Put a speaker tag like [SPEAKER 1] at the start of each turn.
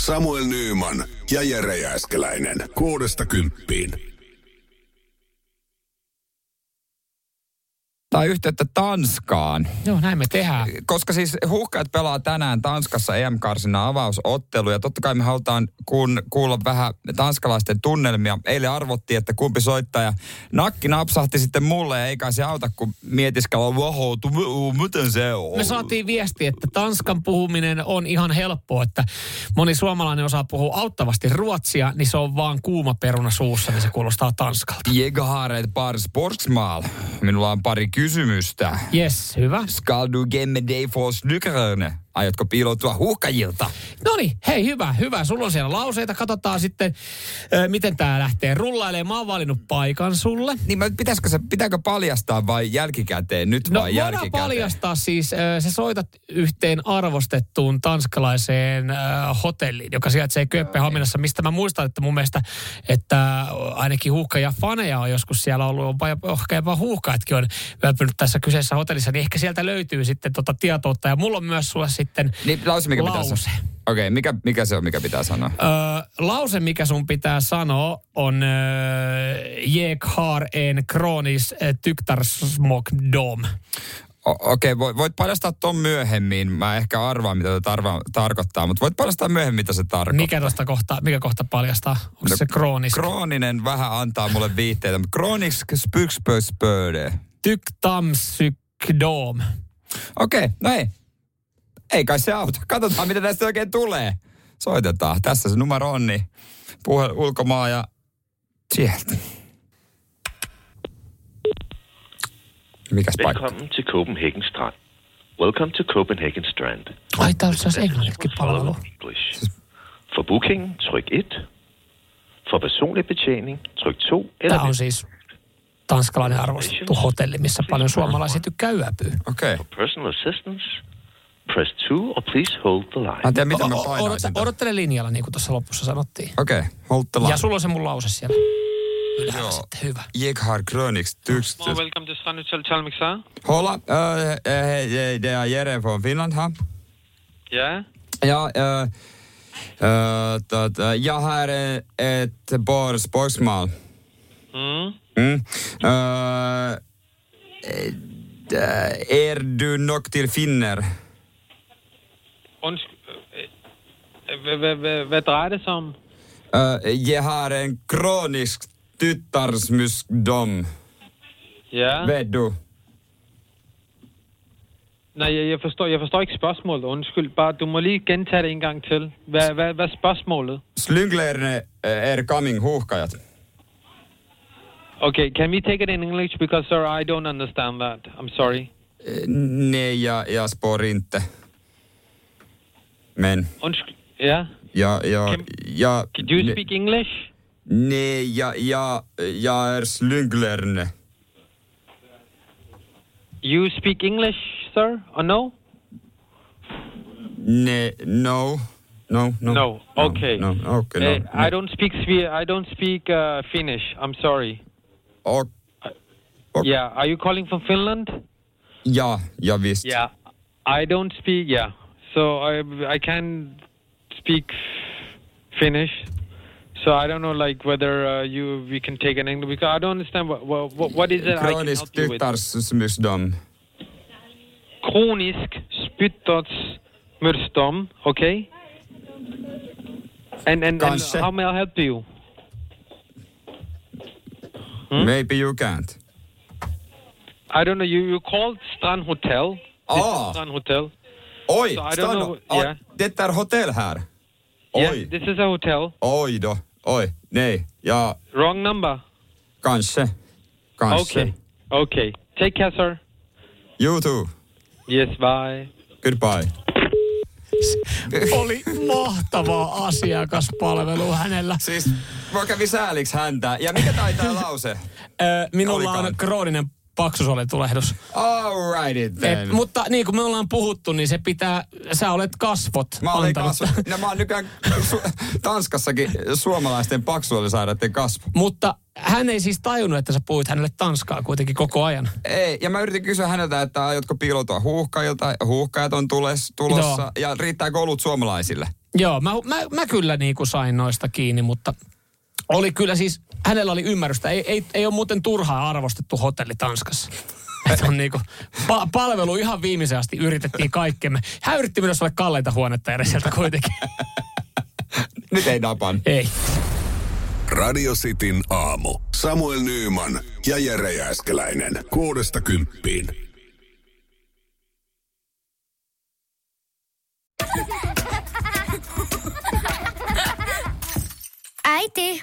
[SPEAKER 1] Samuel Nyyman ja Jere Jääskeläinen. Kuudesta kymppiin.
[SPEAKER 2] tai yhteyttä Tanskaan.
[SPEAKER 3] Joo, näin me tehdään.
[SPEAKER 2] Koska siis huhkaat pelaa tänään Tanskassa em karsina avausottelu ja totta kai me halutaan kun, kuulla vähän tanskalaisten tunnelmia. Eilen arvottiin, että kumpi soittaja nakki napsahti sitten mulle ja eikä se auta, kun mietiskalla vahoutu, uh, miten se on.
[SPEAKER 3] Me saatiin viesti, että tanskan puhuminen on ihan helppoa, että moni suomalainen osaa puhua auttavasti ruotsia, niin se on vaan kuuma peruna suussa, niin se kuulostaa tanskalta.
[SPEAKER 2] Jag har ett par sportsmaal. Minulla on pari kysymystä.
[SPEAKER 3] Yes, hyvä.
[SPEAKER 2] Skal du ge mig dig för snyckerne? Aiotko piiloutua huuhkajilta?
[SPEAKER 3] No niin, hei hyvä, hyvä. Sulla on siellä lauseita. Katsotaan sitten, ö, miten tämä lähtee rullailemaan. Mä oon valinnut paikan sulle.
[SPEAKER 2] Niin mä, pitäisikö se, pitääkö paljastaa vai jälkikäteen? Nyt
[SPEAKER 3] No
[SPEAKER 2] vai
[SPEAKER 3] voidaan
[SPEAKER 2] jälkikäteen?
[SPEAKER 3] paljastaa siis, ö, sä soitat yhteen arvostettuun tanskalaiseen ö, hotelliin, joka sijaitsee Kööpenhaminassa, mistä mä muistan, että mun mielestä, että ainakin huuhka ja faneja on joskus siellä ollut, on ehkä jopa huuhkaatkin on väpynyt tässä kyseisessä hotellissa, niin ehkä sieltä löytyy sitten tota tietoutta. Ja mulla on myös sulle sitten
[SPEAKER 2] Niin, lause, mikä pitää
[SPEAKER 3] lause.
[SPEAKER 2] sanoa. Okei, okay, mikä, mikä se on, mikä pitää sanoa?
[SPEAKER 3] Öö, lause, mikä sun pitää sanoa, on öö, Jeg har en kronis tyktarsmokdom.
[SPEAKER 2] O- Okei, okay, voit, voit paljastaa ton myöhemmin. Mä ehkä arvaan, mitä se tarva, tarkoittaa, mutta voit paljastaa myöhemmin, mitä se tarkoittaa.
[SPEAKER 3] Mikä tosta kohta, mikä kohta paljastaa? Onko se
[SPEAKER 2] No,
[SPEAKER 3] kroonis? Kro-
[SPEAKER 2] Krooninen vähän antaa mulle viitteitä, mutta kroonisk spykspöspöde.
[SPEAKER 3] Tyktamsykdom.
[SPEAKER 2] Okei, okay, no ei. Ei kai se auta. Katsotaan, mitä tästä oikein tulee. Soitetaan. Tässä se numero on, niin puhe ulkomaa ja sieltä. Mikäs paikka?
[SPEAKER 4] Velkommen til Copenhagen Strand. Welcome to Copenhagen Strand.
[SPEAKER 3] Ai, tää on siis englanninkin palvelu.
[SPEAKER 4] Follow English. For booking, tryk 1. For personlig betjening, tryk
[SPEAKER 3] Tää
[SPEAKER 4] 2. Eller
[SPEAKER 3] on siis tanskalainen arvostettu hotelli, missä paljon suomalaisia tykkää yöpyä.
[SPEAKER 2] Okei. Okay.
[SPEAKER 4] personal assistance, press 2 or please hold the
[SPEAKER 2] Mä
[SPEAKER 4] line.
[SPEAKER 2] en tiedä, mitä mä
[SPEAKER 3] O- o-
[SPEAKER 2] painaisin.
[SPEAKER 3] odota-
[SPEAKER 2] tätä.
[SPEAKER 3] Odottele linjalla, niin kuin tuossa lopussa sanottiin.
[SPEAKER 2] Okei, okay. Holttela.
[SPEAKER 3] Ja sulla on se mun lause siellä.
[SPEAKER 2] Joo.
[SPEAKER 3] Ylhäällä sitten, hyvä.
[SPEAKER 2] Jekhar Krönix tyksty.
[SPEAKER 5] Morgen, velkommen til Strandhotel Talmiksa.
[SPEAKER 2] Hola, äh, hej, hej, det är Jere från Finland här.
[SPEAKER 5] Ja,
[SPEAKER 2] Ja, äh, äh, dat, äh, jag har eh, ett par spörsmål. Mm. Äh, äh, är du nog till finner?
[SPEAKER 5] undskyld. øh, øh, Hvad, hvad, hvad, hvad drejer det sig om?
[SPEAKER 2] Äh, jag har en kronisk tyttarsmyskdom.
[SPEAKER 5] Ja,
[SPEAKER 2] Vet du?
[SPEAKER 5] nej, jeg, jeg, forstår, jeg forstår ikke spørgsmålet, undskyld. Bare, du må lige gentage det en gang til. Hvad, hvad, hvad er spørgsmålet?
[SPEAKER 2] Slynglerna är coming huuhkajat.
[SPEAKER 5] Okay, can we take it in English? Because, sir, I don't understand that. I'm sorry.
[SPEAKER 2] Eh, Nej, jag, jag spår inte. Men
[SPEAKER 5] Undskyld. Ja?
[SPEAKER 2] jag... jag,
[SPEAKER 5] Kim,
[SPEAKER 2] jag
[SPEAKER 5] Could you
[SPEAKER 2] ne-
[SPEAKER 5] speak English?
[SPEAKER 2] Nej, jag, jag, jag är slynglerne.
[SPEAKER 5] You speak English, sir, or no?
[SPEAKER 2] Nej, no. No, no.
[SPEAKER 5] No, okay.
[SPEAKER 2] No, no, okay, no.
[SPEAKER 5] Eh, I
[SPEAKER 2] no.
[SPEAKER 5] don't speak Sve- I don't speak uh, Finnish. I'm sorry.
[SPEAKER 2] Och, Okay.
[SPEAKER 5] Yeah, are you calling from Finland?
[SPEAKER 2] ja, ja, visst.
[SPEAKER 5] Yeah, I don't speak. Yeah, so I I can speak Finnish. So I don't know, like whether uh, you we can take an English because I don't understand what what, what- what is it I can
[SPEAKER 2] Kronisk
[SPEAKER 5] help you with.
[SPEAKER 2] tyttarsmyrsdom.
[SPEAKER 5] Chronisk spyttotsmyrstom. Okay. And and, and
[SPEAKER 2] Kanske.
[SPEAKER 5] how may I help you? Hmm?
[SPEAKER 2] Maybe you can't.
[SPEAKER 5] I don't know. You you called Strand Hotel. This is
[SPEAKER 2] Ah.
[SPEAKER 5] Strand Hotel.
[SPEAKER 2] Oj,
[SPEAKER 5] So I don't
[SPEAKER 2] stanna.
[SPEAKER 5] know-
[SPEAKER 2] Ah,
[SPEAKER 5] yeah.
[SPEAKER 2] Det är hotell här.
[SPEAKER 5] Yeah,
[SPEAKER 2] Oj,
[SPEAKER 5] this is a hotel.
[SPEAKER 2] oj då. Oj, nej. Ja,
[SPEAKER 5] Wrong number.
[SPEAKER 2] kanske. Kanske.
[SPEAKER 5] Okay. Okay. Take care, sir.
[SPEAKER 2] You too.
[SPEAKER 5] Yes, bye.
[SPEAKER 2] Goodbye.
[SPEAKER 6] Oli mahtavaa asiakaspalvelu hänellä.
[SPEAKER 2] Siis mä kävin sääliksi häntä. Ja mikä taitaa lause?
[SPEAKER 3] Ö, minulla
[SPEAKER 2] Olikaan.
[SPEAKER 3] on krooninen paksusolitulehdus.
[SPEAKER 2] Alrightit
[SPEAKER 3] Et,
[SPEAKER 2] then.
[SPEAKER 3] mutta niin kuin me ollaan puhuttu, niin se pitää, sä olet kasvot
[SPEAKER 2] Mä olen
[SPEAKER 3] antanut.
[SPEAKER 2] kasvu. No, mä oon nykyään su- Tanskassakin suomalaisten paksuolisairaiden kasvu.
[SPEAKER 3] Mutta hän ei siis tajunnut, että sä puhuit hänelle tanskaa kuitenkin koko ajan.
[SPEAKER 2] Ei, ja mä yritin kysyä häneltä, että aiotko piiloutua huuhkajilta, huuhkajat on tules, tulossa,
[SPEAKER 3] Joo.
[SPEAKER 2] ja riittääkö olut suomalaisille?
[SPEAKER 3] Joo, mä, mä, mä kyllä niin kuin sain noista kiinni, mutta oli kyllä siis, hänellä oli ymmärrystä. Ei, ei, ei ole muuten turhaa arvostettu hotelli Tanskassa. Että on niinku, pa- palvelu ihan viimeisen asti yritettiin kaikkemme. Hän yritti myös olla kalleita huonetta eri sieltä kuitenkin.
[SPEAKER 2] Nyt ei napan.
[SPEAKER 3] Ei.
[SPEAKER 1] Radio Cityn aamu. Samuel Nyyman ja Jere Jääskeläinen. Kuudesta kymppiin.
[SPEAKER 7] Äiti,